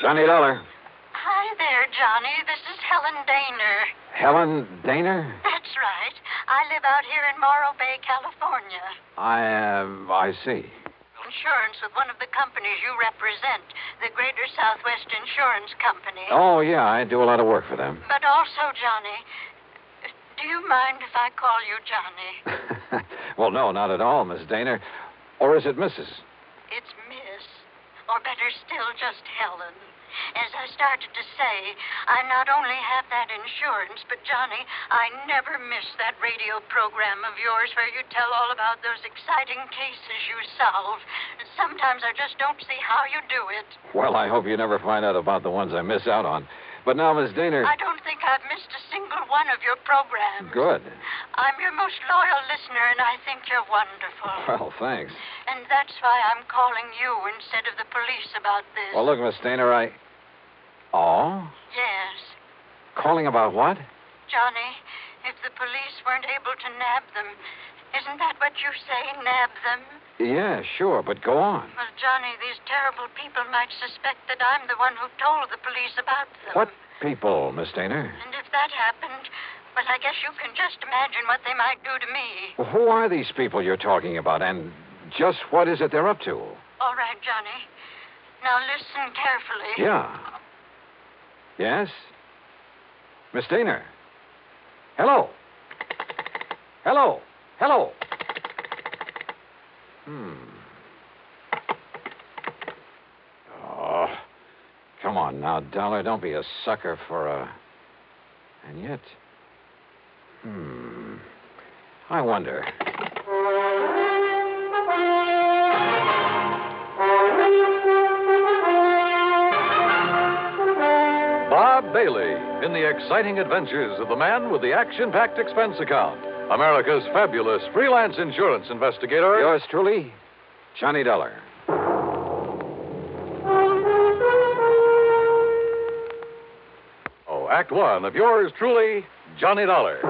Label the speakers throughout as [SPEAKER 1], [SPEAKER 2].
[SPEAKER 1] Johnny Dollar.
[SPEAKER 2] Hi there, Johnny. This is Helen Daner.
[SPEAKER 1] Helen Daner?
[SPEAKER 2] That's right. I live out here in Morro Bay, California.
[SPEAKER 1] I, uh, I see.
[SPEAKER 2] Insurance with one of the companies you represent, the Greater Southwest Insurance Company.
[SPEAKER 1] Oh, yeah, I do a lot of work for them.
[SPEAKER 2] But also, Johnny, do you mind if I call you Johnny?
[SPEAKER 1] well, no, not at all, Miss Daner. Or is it Mrs.?
[SPEAKER 2] It's Miss, or better still, just Helen. As I started to say, I not only have that insurance, but Johnny, I never miss that radio program of yours where you tell all about those exciting cases you solve. Sometimes I just don't see how you do it.
[SPEAKER 1] Well, I hope you never find out about the ones I miss out on. But now, Miss Daner.
[SPEAKER 2] I don't think I've missed a single one of your programs.
[SPEAKER 1] Good.
[SPEAKER 2] I'm your most loyal listener, and I think you're wonderful.
[SPEAKER 1] Well, thanks.
[SPEAKER 2] And that's why I'm calling you instead of the police about this.
[SPEAKER 1] Well, look, Miss Daner, I. Oh?
[SPEAKER 2] Yes.
[SPEAKER 1] Calling about what?
[SPEAKER 2] Johnny, if the police weren't able to nab them, isn't that what you say, nab them?
[SPEAKER 1] Yeah, sure, but go on.
[SPEAKER 2] Well, Johnny, these terrible people might suspect that I'm the one who told the police about them.
[SPEAKER 1] What people, Miss Daner?
[SPEAKER 2] And if that happened, well, I guess you can just imagine what they might do to me.
[SPEAKER 1] Who are these people you're talking about, and just what is it they're up to?
[SPEAKER 2] All right, Johnny. Now listen carefully.
[SPEAKER 1] Yeah. Yes? Miss Daner? Hello? Hello? Hello? Hmm. Oh. Come on now, Dollar. Don't be a sucker for a. And yet. Hmm. I wonder.
[SPEAKER 3] Bob Bailey in the exciting adventures of the man with the action packed expense account. America's fabulous freelance insurance investigator.
[SPEAKER 1] Yours truly, Johnny Dollar.
[SPEAKER 3] Oh, Act One of yours truly, Johnny Dollar.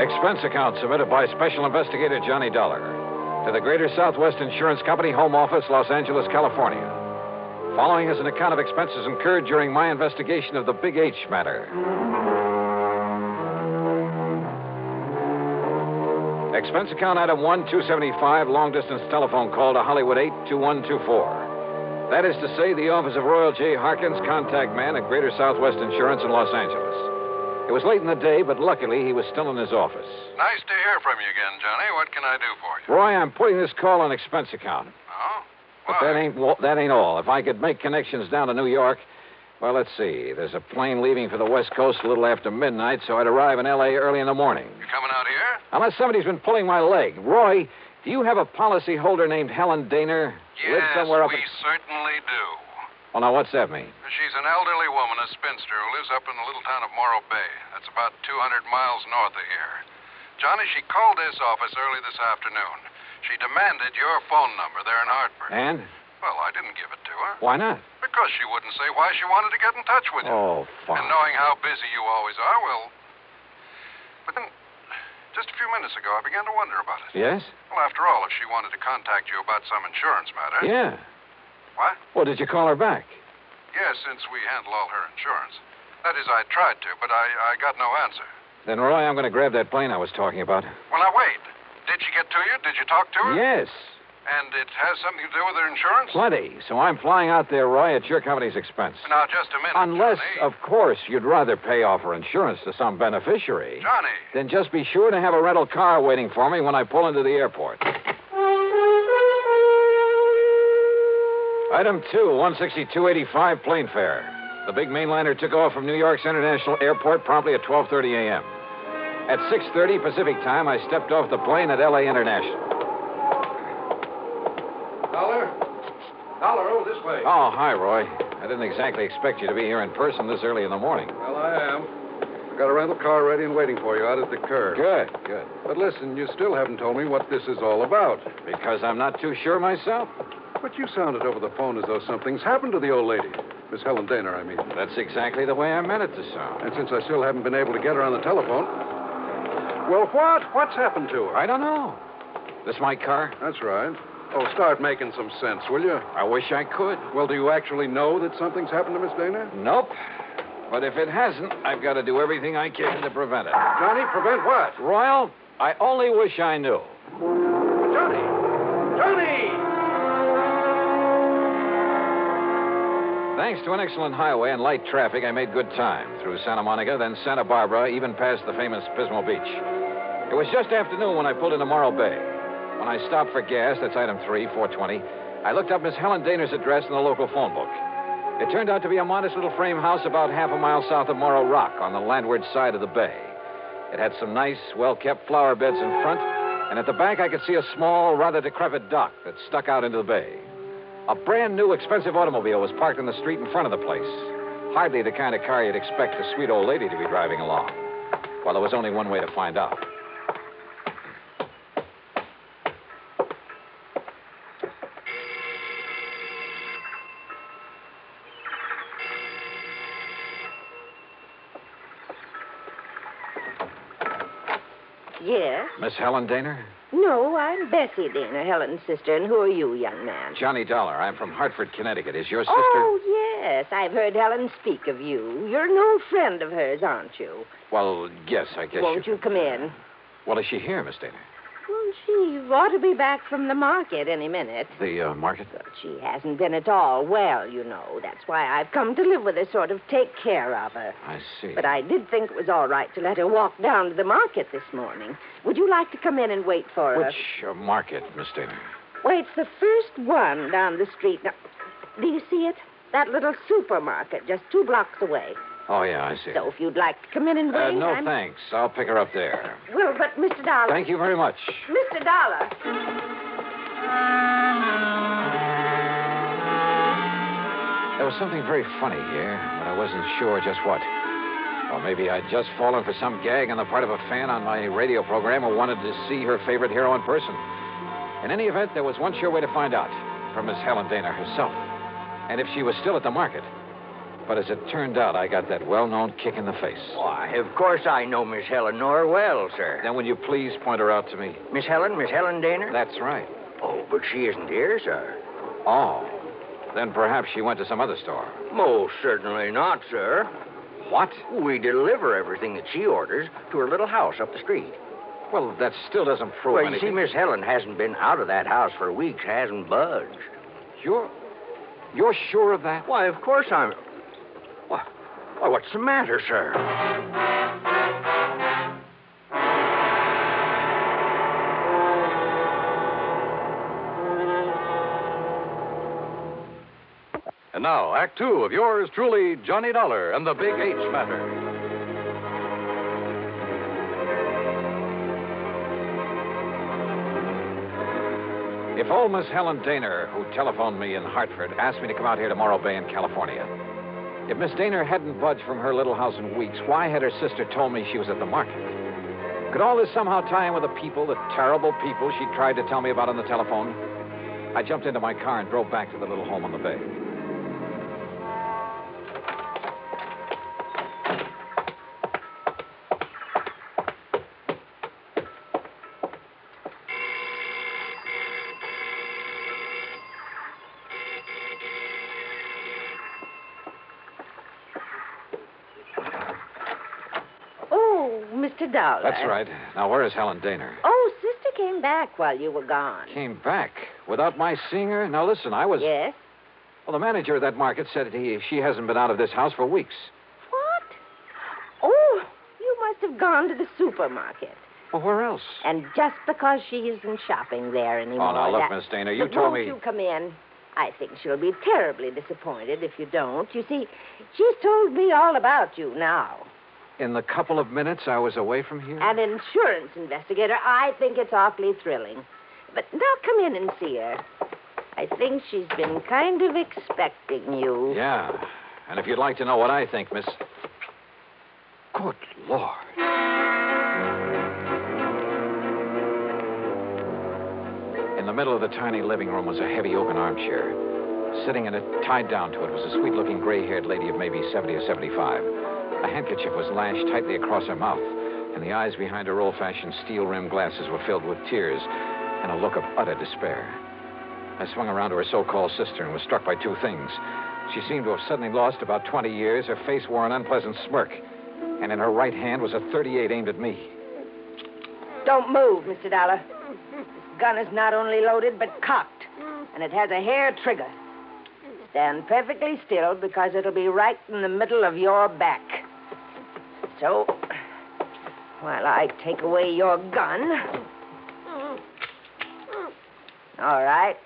[SPEAKER 1] Expense account submitted by Special Investigator Johnny Dollar to the Greater Southwest Insurance Company Home Office, Los Angeles, California. Following is an account of expenses incurred during my investigation of the Big H matter. Expense account item 1275, long distance telephone call to Hollywood 82124. That is to say, the office of Royal J. Harkins, contact man at Greater Southwest Insurance in Los Angeles. It was late in the day, but luckily he was still in his office.
[SPEAKER 4] Nice to hear from you again, Johnny. What can I do for you?
[SPEAKER 1] Roy, I'm putting this call on expense account.
[SPEAKER 4] Oh?
[SPEAKER 1] But that ain't wa- that ain't all. If I could make connections down to New York, well, let's see. There's a plane leaving for the West Coast a little after midnight, so I'd arrive in L.A. early in the morning.
[SPEAKER 4] You coming out here?
[SPEAKER 1] Unless somebody's been pulling my leg. Roy, do you have a policy holder named Helen Daner? Lives
[SPEAKER 4] Yes,
[SPEAKER 1] somewhere up
[SPEAKER 4] we
[SPEAKER 1] in...
[SPEAKER 4] certainly do.
[SPEAKER 1] Oh, now, what's that mean?
[SPEAKER 4] She's an elderly woman, a spinster, who lives up in the little town of Morro Bay. That's about 200 miles north of here. Johnny, she called this office early this afternoon. She demanded your phone number there in Hartford.
[SPEAKER 1] And?
[SPEAKER 4] Well, I didn't give it to her
[SPEAKER 1] Why not?
[SPEAKER 4] because she wouldn't say why she wanted to get in touch with you.
[SPEAKER 1] Oh, fine.
[SPEAKER 4] And knowing how busy you always are, well. But then, just a few minutes ago, I began to wonder about it.
[SPEAKER 1] Yes?
[SPEAKER 4] Well, after all, if she wanted to contact you about some insurance matter.
[SPEAKER 1] Yeah.
[SPEAKER 4] What?
[SPEAKER 1] Well, did you call her back?
[SPEAKER 4] Yeah, since we handle all her insurance. That is, I tried to, but I, I got no answer.
[SPEAKER 1] Then, Roy, I'm going to grab that plane I was talking about.
[SPEAKER 4] Well, now, wait. Did she get to you? Did you talk to her?
[SPEAKER 1] Yes.
[SPEAKER 4] And it has something to do with her insurance?
[SPEAKER 1] Plenty. So I'm flying out there, Roy, at your company's expense.
[SPEAKER 4] Now, just a minute.
[SPEAKER 1] Unless,
[SPEAKER 4] Johnny.
[SPEAKER 1] of course, you'd rather pay off her insurance to some beneficiary.
[SPEAKER 4] Johnny.
[SPEAKER 1] Then just be sure to have a rental car waiting for me when I pull into the airport. Item two, 162.85 plane fare. The big mainliner took off from New York's International Airport promptly at 12:30 a.m. At 6:30 Pacific time, I stepped off the plane at LA International.
[SPEAKER 3] Dollar? Dollar, oh, this way.
[SPEAKER 1] Oh, hi, Roy. I didn't exactly expect you to be here in person this early in the morning.
[SPEAKER 3] Well, I am. I got a rental car ready and waiting for you out at the curb.
[SPEAKER 1] Good, good.
[SPEAKER 3] But listen, you still haven't told me what this is all about.
[SPEAKER 1] Because I'm not too sure myself.
[SPEAKER 3] But you sounded over the phone as though something's happened to the old lady.
[SPEAKER 5] Miss Helen Dana, I mean.
[SPEAKER 1] That's exactly the way I meant it to sound.
[SPEAKER 5] And since I still haven't been able to get her on the telephone. Well, what? What's happened to her?
[SPEAKER 1] I don't know. This my car?
[SPEAKER 5] That's right. Oh, start making some sense, will you?
[SPEAKER 1] I wish I could.
[SPEAKER 5] Well, do you actually know that something's happened to Miss Dana?
[SPEAKER 1] Nope. But if it hasn't, I've got to do everything I can to prevent it.
[SPEAKER 5] Johnny, prevent what?
[SPEAKER 1] Royal, I only wish I knew.
[SPEAKER 5] Johnny! Johnny!
[SPEAKER 1] Thanks to an excellent highway and light traffic, I made good time through Santa Monica, then Santa Barbara, even past the famous Pismo Beach. It was just afternoon when I pulled into Morro Bay. When I stopped for gas, that's item three, 420, I looked up Miss Helen Daner's address in the local phone book. It turned out to be a modest little frame house about half a mile south of Morro Rock on the landward side of the bay. It had some nice, well kept flower beds in front, and at the back I could see a small, rather decrepit dock that stuck out into the bay. A brand new, expensive automobile was parked in the street in front of the place. Hardly the kind of car you'd expect a sweet old lady to be driving along. Well, there was only one way to find out.
[SPEAKER 6] Yes?
[SPEAKER 1] Miss Helen Daner?
[SPEAKER 6] No, I'm Bessie Dana, Helen's sister. And who are you, young man?
[SPEAKER 1] Johnny Dollar. I'm from Hartford, Connecticut. Is your sister?
[SPEAKER 6] Oh, yes. I've heard Helen speak of you. You're an old friend of hers, aren't you?
[SPEAKER 1] Well, yes, I guess.
[SPEAKER 6] Won't you come in?
[SPEAKER 1] Well, is she here, Miss Daner?
[SPEAKER 6] Well, she ought to be back from the market any minute.
[SPEAKER 1] The uh, market?
[SPEAKER 6] But she hasn't been at all well, you know. That's why I've come to live with her, sort of take care of her.
[SPEAKER 1] I see.
[SPEAKER 6] But I did think it was all right to let her walk down to the market this morning. Would you like to come in and wait for her?
[SPEAKER 1] Which uh, market, Miss Daner?
[SPEAKER 6] Why, it's the first one down the street. Now, do you see it? That little supermarket just two blocks away.
[SPEAKER 1] Oh, yeah, I see.
[SPEAKER 6] So if you'd like to come in and wait,
[SPEAKER 1] uh, no
[SPEAKER 6] I'm...
[SPEAKER 1] thanks. I'll pick her up there.
[SPEAKER 6] Well, but Mr. Dollar...
[SPEAKER 1] Thank you very much.
[SPEAKER 6] Mr. Dollar...
[SPEAKER 1] There was something very funny here, but I wasn't sure just what. Or maybe I'd just fallen for some gag on the part of a fan on my radio program who wanted to see her favorite hero in person. In any event, there was one sure way to find out from Miss Helen Dana herself, and if she was still at the market. But as it turned out, I got that well known kick in the face.
[SPEAKER 7] Why, of course I know Miss Helen Nor well, sir.
[SPEAKER 1] Then, would you please point her out to me?
[SPEAKER 7] Miss Helen, Miss Helen Daner?
[SPEAKER 1] That's right.
[SPEAKER 7] Oh, but she isn't here, sir.
[SPEAKER 1] Oh. Then perhaps she went to some other store.
[SPEAKER 7] Most certainly not, sir.
[SPEAKER 1] What?
[SPEAKER 7] We deliver everything that she orders to her little house up the street.
[SPEAKER 1] Well, that still doesn't prove
[SPEAKER 7] well, you
[SPEAKER 1] anything.
[SPEAKER 7] see, Miss Helen hasn't been out of that house for weeks, hasn't budged.
[SPEAKER 1] You're. You're sure of that?
[SPEAKER 7] Why, of course I'm. Why, why what's the matter, sir?
[SPEAKER 3] And now, Act Two of yours truly, Johnny Dollar and the Big H Matter.
[SPEAKER 1] If old Miss Helen Daner, who telephoned me in Hartford, asked me to come out here to Morro Bay in California, if Miss Daner hadn't budged from her little house in weeks, why had her sister told me she was at the market? Could all this somehow tie in with the people, the terrible people she tried to tell me about on the telephone? I jumped into my car and drove back to the little home on the bay.
[SPEAKER 6] Oh, Mr. Dollar.
[SPEAKER 1] That's right. Now, where is Helen Daner?
[SPEAKER 6] Oh, sister came back while you were gone.
[SPEAKER 1] Came back without my seeing her? Now, listen, I was.
[SPEAKER 6] Yes?
[SPEAKER 1] Well, the manager of that market said he, she hasn't been out of this house for weeks.
[SPEAKER 6] What? Oh, you must have gone to the supermarket.
[SPEAKER 1] Well, where else?
[SPEAKER 6] And just because she isn't shopping there anymore.
[SPEAKER 1] Oh, now, look,
[SPEAKER 6] that-
[SPEAKER 1] Miss Dana, you
[SPEAKER 6] But
[SPEAKER 1] told
[SPEAKER 6] won't
[SPEAKER 1] me-
[SPEAKER 6] you come in? I think she'll be terribly disappointed if you don't. You see, she's told me all about you now.
[SPEAKER 1] In the couple of minutes I was away from here?
[SPEAKER 6] An insurance investigator, I think it's awfully thrilling. But now come in and see her. I think she's been kind of expecting you.
[SPEAKER 1] Yeah. And if you'd like to know what I think, Miss. Good Lord. In the middle of the tiny living room was a heavy oaken armchair. Sitting in it, tied down to it, was a sweet looking gray haired lady of maybe 70 or 75. A handkerchief was lashed tightly across her mouth, and the eyes behind her old fashioned steel rimmed glasses were filled with tears and a look of utter despair. I swung around to her so called sister and was struck by two things. She seemed to have suddenly lost about 20 years. Her face wore an unpleasant smirk, and in her right hand was a 38 aimed at me.
[SPEAKER 6] Don't move, Mr. Dollar. This gun is not only loaded, but cocked, and it has a hair trigger. Stand perfectly still because it'll be right in the middle of your back. So, while I take away your gun. All right.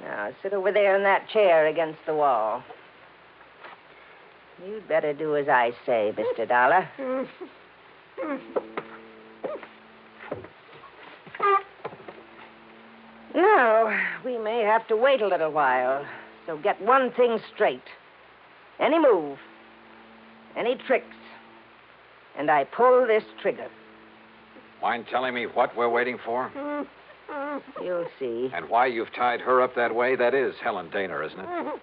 [SPEAKER 6] Now, sit over there in that chair against the wall. You'd better do as I say, Mr. Dollar. No, we may have to wait a little while. So get one thing straight. Any move, any tricks, and I pull this trigger.
[SPEAKER 1] Mind telling me what we're waiting for?
[SPEAKER 6] You'll see.
[SPEAKER 1] And why you've tied her up that way? That is Helen Dana, isn't it?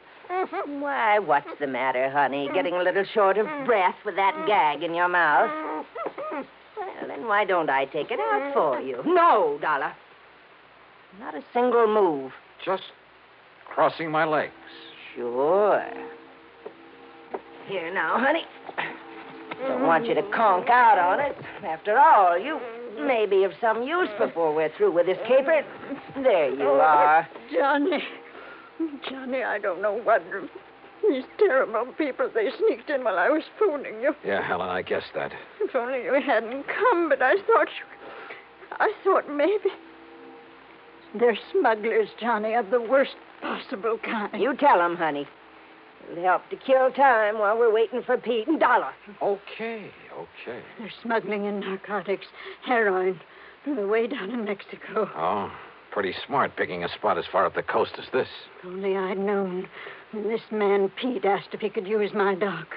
[SPEAKER 6] Why, what's the matter, honey? Getting a little short of breath with that gag in your mouth? Well, then why don't I take it out for you? No, Dollar. Not a single move.
[SPEAKER 1] Just crossing my legs.
[SPEAKER 6] Sure. Here now, honey. Don't want you to conk out on us. After all, you may be of some use before we're through with this caper. There you are.
[SPEAKER 8] Johnny. Johnny, I don't know what. These terrible people, they sneaked in while I was phoning you.
[SPEAKER 1] Yeah, Helen, I guessed that.
[SPEAKER 8] If only you hadn't come, but I thought you. I thought maybe. They're smugglers, Johnny, of the worst possible kind.
[SPEAKER 6] You tell 'em, honey. It'll help to kill time while we're waiting for Pete and Dollar.
[SPEAKER 1] Okay, okay.
[SPEAKER 8] They're smuggling in narcotics, heroin, from the way down in Mexico.
[SPEAKER 1] Oh, pretty smart picking a spot as far up the coast as this.
[SPEAKER 8] If only I'd known. When this man, Pete, asked if he could use my dock.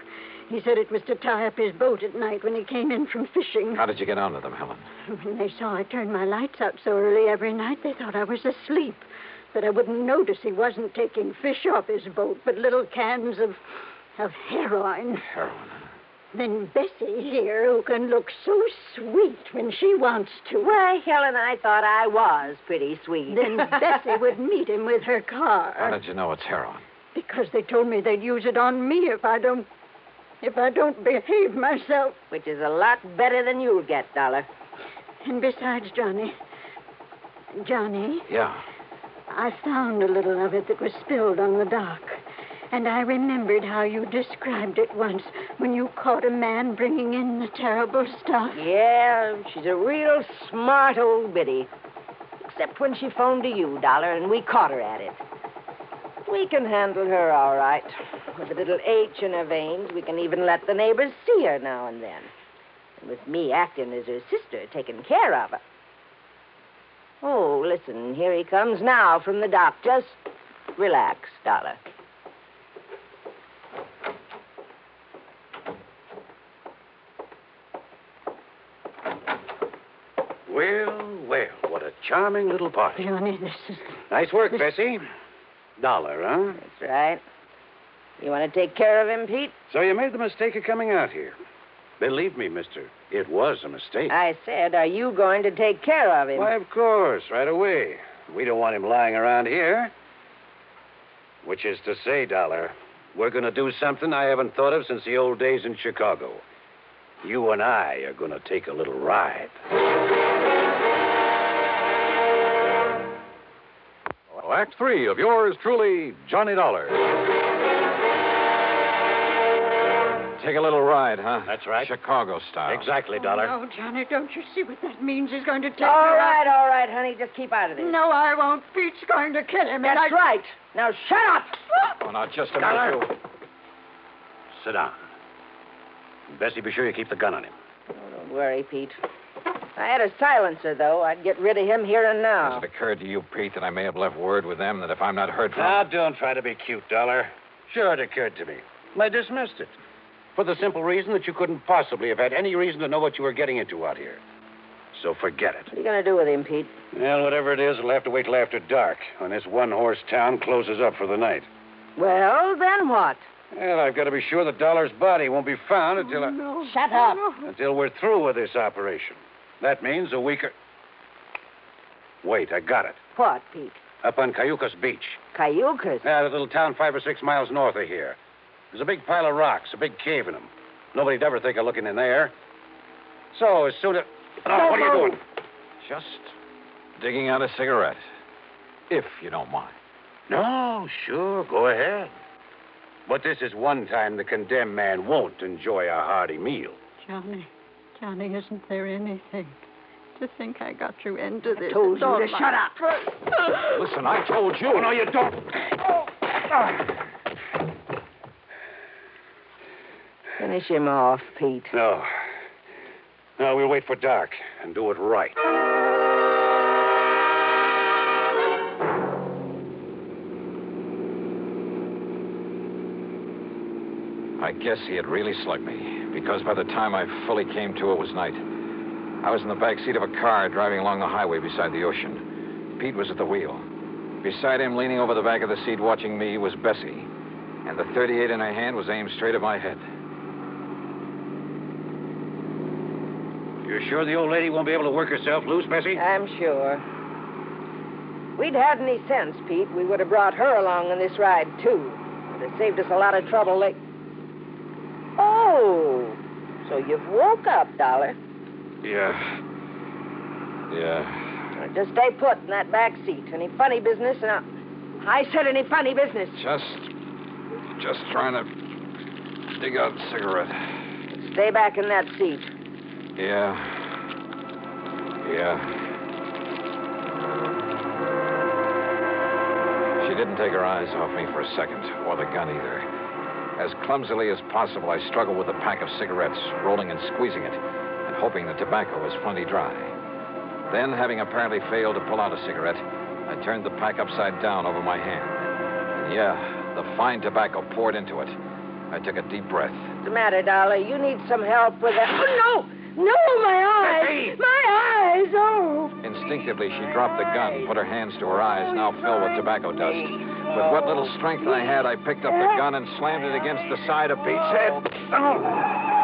[SPEAKER 8] He said it was to tie up his boat at night when he came in from fishing.
[SPEAKER 1] How did you get onto them, Helen?
[SPEAKER 8] When they saw I turned my lights out so early every night, they thought I was asleep. That I wouldn't notice he wasn't taking fish off his boat, but little cans of, of heroin.
[SPEAKER 1] Heroin. huh?
[SPEAKER 8] Then Bessie here, who can look so sweet when she wants to.
[SPEAKER 6] Why, Helen, I thought I was pretty sweet.
[SPEAKER 8] Then Bessie would meet him with her
[SPEAKER 1] How
[SPEAKER 8] car.
[SPEAKER 1] did you know it's heroin?
[SPEAKER 8] Because they told me they'd use it on me if I don't if I don't behave myself.
[SPEAKER 6] Which is a lot better than you'll get, Dollar.
[SPEAKER 8] And besides, Johnny. Johnny,
[SPEAKER 1] Yeah.
[SPEAKER 8] I found a little of it that was spilled on the dock. And I remembered how you described it once when you caught a man bringing in the terrible stuff.
[SPEAKER 6] Yeah, she's a real smart old biddy. Except when she phoned to you, Dollar, and we caught her at it. We can handle her all right. With a little H in her veins, we can even let the neighbors see her now and then. And with me acting as her sister, taking care of her. Oh, listen, here he comes now from the dock. Just relax, Dollar.
[SPEAKER 7] Well, well, what a charming little party.
[SPEAKER 8] Johnny, this is.
[SPEAKER 7] Nice work, Bessie. Dollar, huh?
[SPEAKER 6] That's right. You want to take care of him, Pete?
[SPEAKER 7] So you made the mistake of coming out here. Believe me, mister, it was a mistake.
[SPEAKER 6] I said, are you going to take care of him?
[SPEAKER 7] Why, of course, right away. We don't want him lying around here. Which is to say, Dollar, we're going to do something I haven't thought of since the old days in Chicago. You and I are going to take a little ride.
[SPEAKER 9] Act three of yours truly, Johnny Dollar.
[SPEAKER 1] Take a little ride, huh?
[SPEAKER 7] That's right.
[SPEAKER 1] Chicago style.
[SPEAKER 7] Exactly,
[SPEAKER 8] Oh, no, Johnny, don't you see what that means? He's going to take
[SPEAKER 6] All
[SPEAKER 8] her
[SPEAKER 6] right, all right, honey. Just keep out of this.
[SPEAKER 8] out. No, I won't. Pete's going to kill him.
[SPEAKER 6] That's
[SPEAKER 8] and I...
[SPEAKER 6] right. Now shut up.
[SPEAKER 1] Oh, now, just a
[SPEAKER 7] Dollar.
[SPEAKER 1] minute. you-
[SPEAKER 7] Sit down. Bessie, be sure you keep the gun on him.
[SPEAKER 6] Oh, Don't worry, Pete. If I had a silencer, though, I'd get rid of him here and now.
[SPEAKER 1] Has it occurred to you, Pete, that I may have left word with them that if I'm not heard from.
[SPEAKER 7] Now, don't try to be cute, Dollar. Sure, it occurred to me. I dismissed it. For the simple reason that you couldn't possibly have had any reason to know what you were getting into out here. so forget it.
[SPEAKER 6] What are you going to do with him, Pete?
[SPEAKER 7] Well, whatever it is, it'll have to wait till after dark when this one horse town closes up for the night.
[SPEAKER 6] Well, then what?
[SPEAKER 7] Well, I've got to be sure that Dollar's body won't be found until I-
[SPEAKER 8] Oh,
[SPEAKER 6] Shut up.
[SPEAKER 7] until we're through with this operation. That means a week or. Wait, I got it.
[SPEAKER 6] What, Pete?
[SPEAKER 7] Up on Cayucas Beach.
[SPEAKER 6] Cayucas.
[SPEAKER 7] Yeah, that little town five or six miles north of here. There's a big pile of rocks, a big cave in 'em. Nobody'd ever think of looking in there. So as soon as. Oh, what are you doing?
[SPEAKER 1] Just digging out a cigarette, if you don't mind.
[SPEAKER 7] No, sure, go ahead. But this is one time the condemned man won't enjoy a hearty meal.
[SPEAKER 8] Johnny, Johnny, isn't there anything? To think I got you into this.
[SPEAKER 6] told
[SPEAKER 8] It's
[SPEAKER 6] you
[SPEAKER 8] all
[SPEAKER 6] to
[SPEAKER 8] my
[SPEAKER 6] shut up.
[SPEAKER 8] fault.
[SPEAKER 1] Listen, I told you.
[SPEAKER 7] Oh, no, you don't.
[SPEAKER 6] Finish him off, Pete.
[SPEAKER 7] No. Oh. No, we'll wait for dark and do it right.
[SPEAKER 1] I guess he had really slugged me, because by the time I fully came to, it was night. I was in the back seat of a car driving along the highway beside the ocean. Pete was at the wheel. Beside him, leaning over the back of the seat, watching me, was Bessie, and the 38 in her hand was aimed straight at my head.
[SPEAKER 7] You're sure the old lady won't be able to work herself loose, Bessie?
[SPEAKER 6] I'm sure. We'd had any sense, Pete, we would have brought her along on this ride, too. It have saved us a lot of trouble late. Oh, so you've woke up, Dollar.
[SPEAKER 1] Yeah. Yeah.
[SPEAKER 6] Now, Just stay put in that back seat. Any funny business, and I... I said any funny business.
[SPEAKER 1] Just. just trying to dig out a cigarette.
[SPEAKER 6] Stay back in that seat.
[SPEAKER 1] Yeah. Yeah. She didn't take her eyes off me for a second, or the gun either. As clumsily as possible, I struggled with the pack of cigarettes, rolling and squeezing it, and hoping the tobacco was plenty dry. Then, having apparently failed to pull out a cigarette, I turned the pack upside down over my hand. And yeah, the fine tobacco poured into it. I took a deep breath.
[SPEAKER 6] What's the matter, Dollar? You need some help with that. Oh, no! No, my eyes! My eyes! Oh!
[SPEAKER 1] Instinctively, she dropped the gun, put her hands to her eyes, now filled with tobacco dust. With what little strength I had, I picked up the gun and slammed it against the side of Pete's head.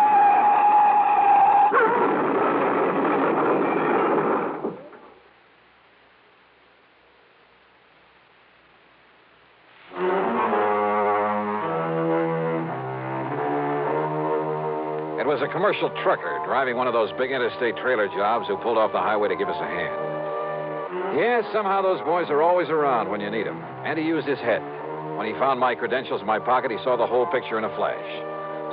[SPEAKER 1] It was a commercial trucker driving one of those big interstate trailer jobs who pulled off the highway to give us a hand. Yeah, somehow those boys are always around when you need 'em. And he used his head. When he found my credentials in my pocket, he saw the whole picture in a flash.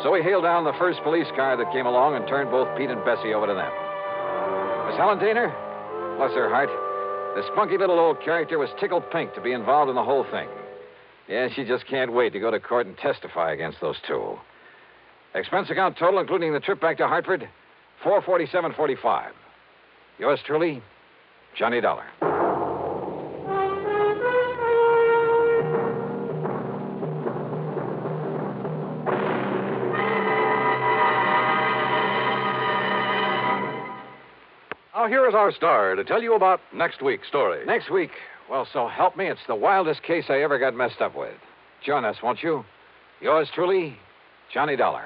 [SPEAKER 1] So he hailed down the first police car that came along and turned both Pete and Bessie over to them. Miss Helen Daner? Bless her heart. The spunky little old character was tickled pink to be involved in the whole thing. Yeah, she just can't wait to go to court and testify against those two. Expense account total, including the trip back to Hartford, four forty-seven forty-five. Yours truly, Johnny Dollar.
[SPEAKER 3] Now, here is our star to tell you about next week's story.
[SPEAKER 1] Next week, well, so help me, it's the wildest case I ever got messed up with. Join us, won't you? Yours truly, Johnny Dollar.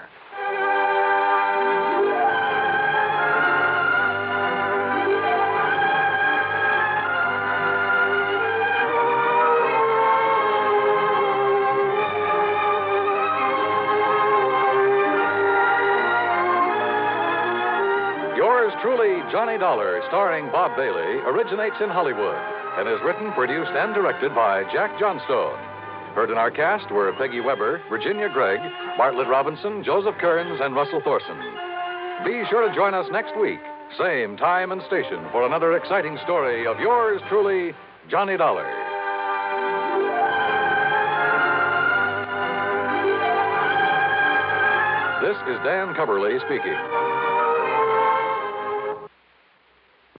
[SPEAKER 3] Yours truly, Johnny Dollar, starring Bob Bailey, originates in Hollywood and is written, produced, and directed by Jack Johnstone. Heard in our cast were Peggy Weber, Virginia Gregg, Bartlett Robinson, Joseph Kearns, and Russell Thorson. Be sure to join us next week, same time and station, for another exciting story of yours truly, Johnny Dollar. This is Dan Coverley speaking.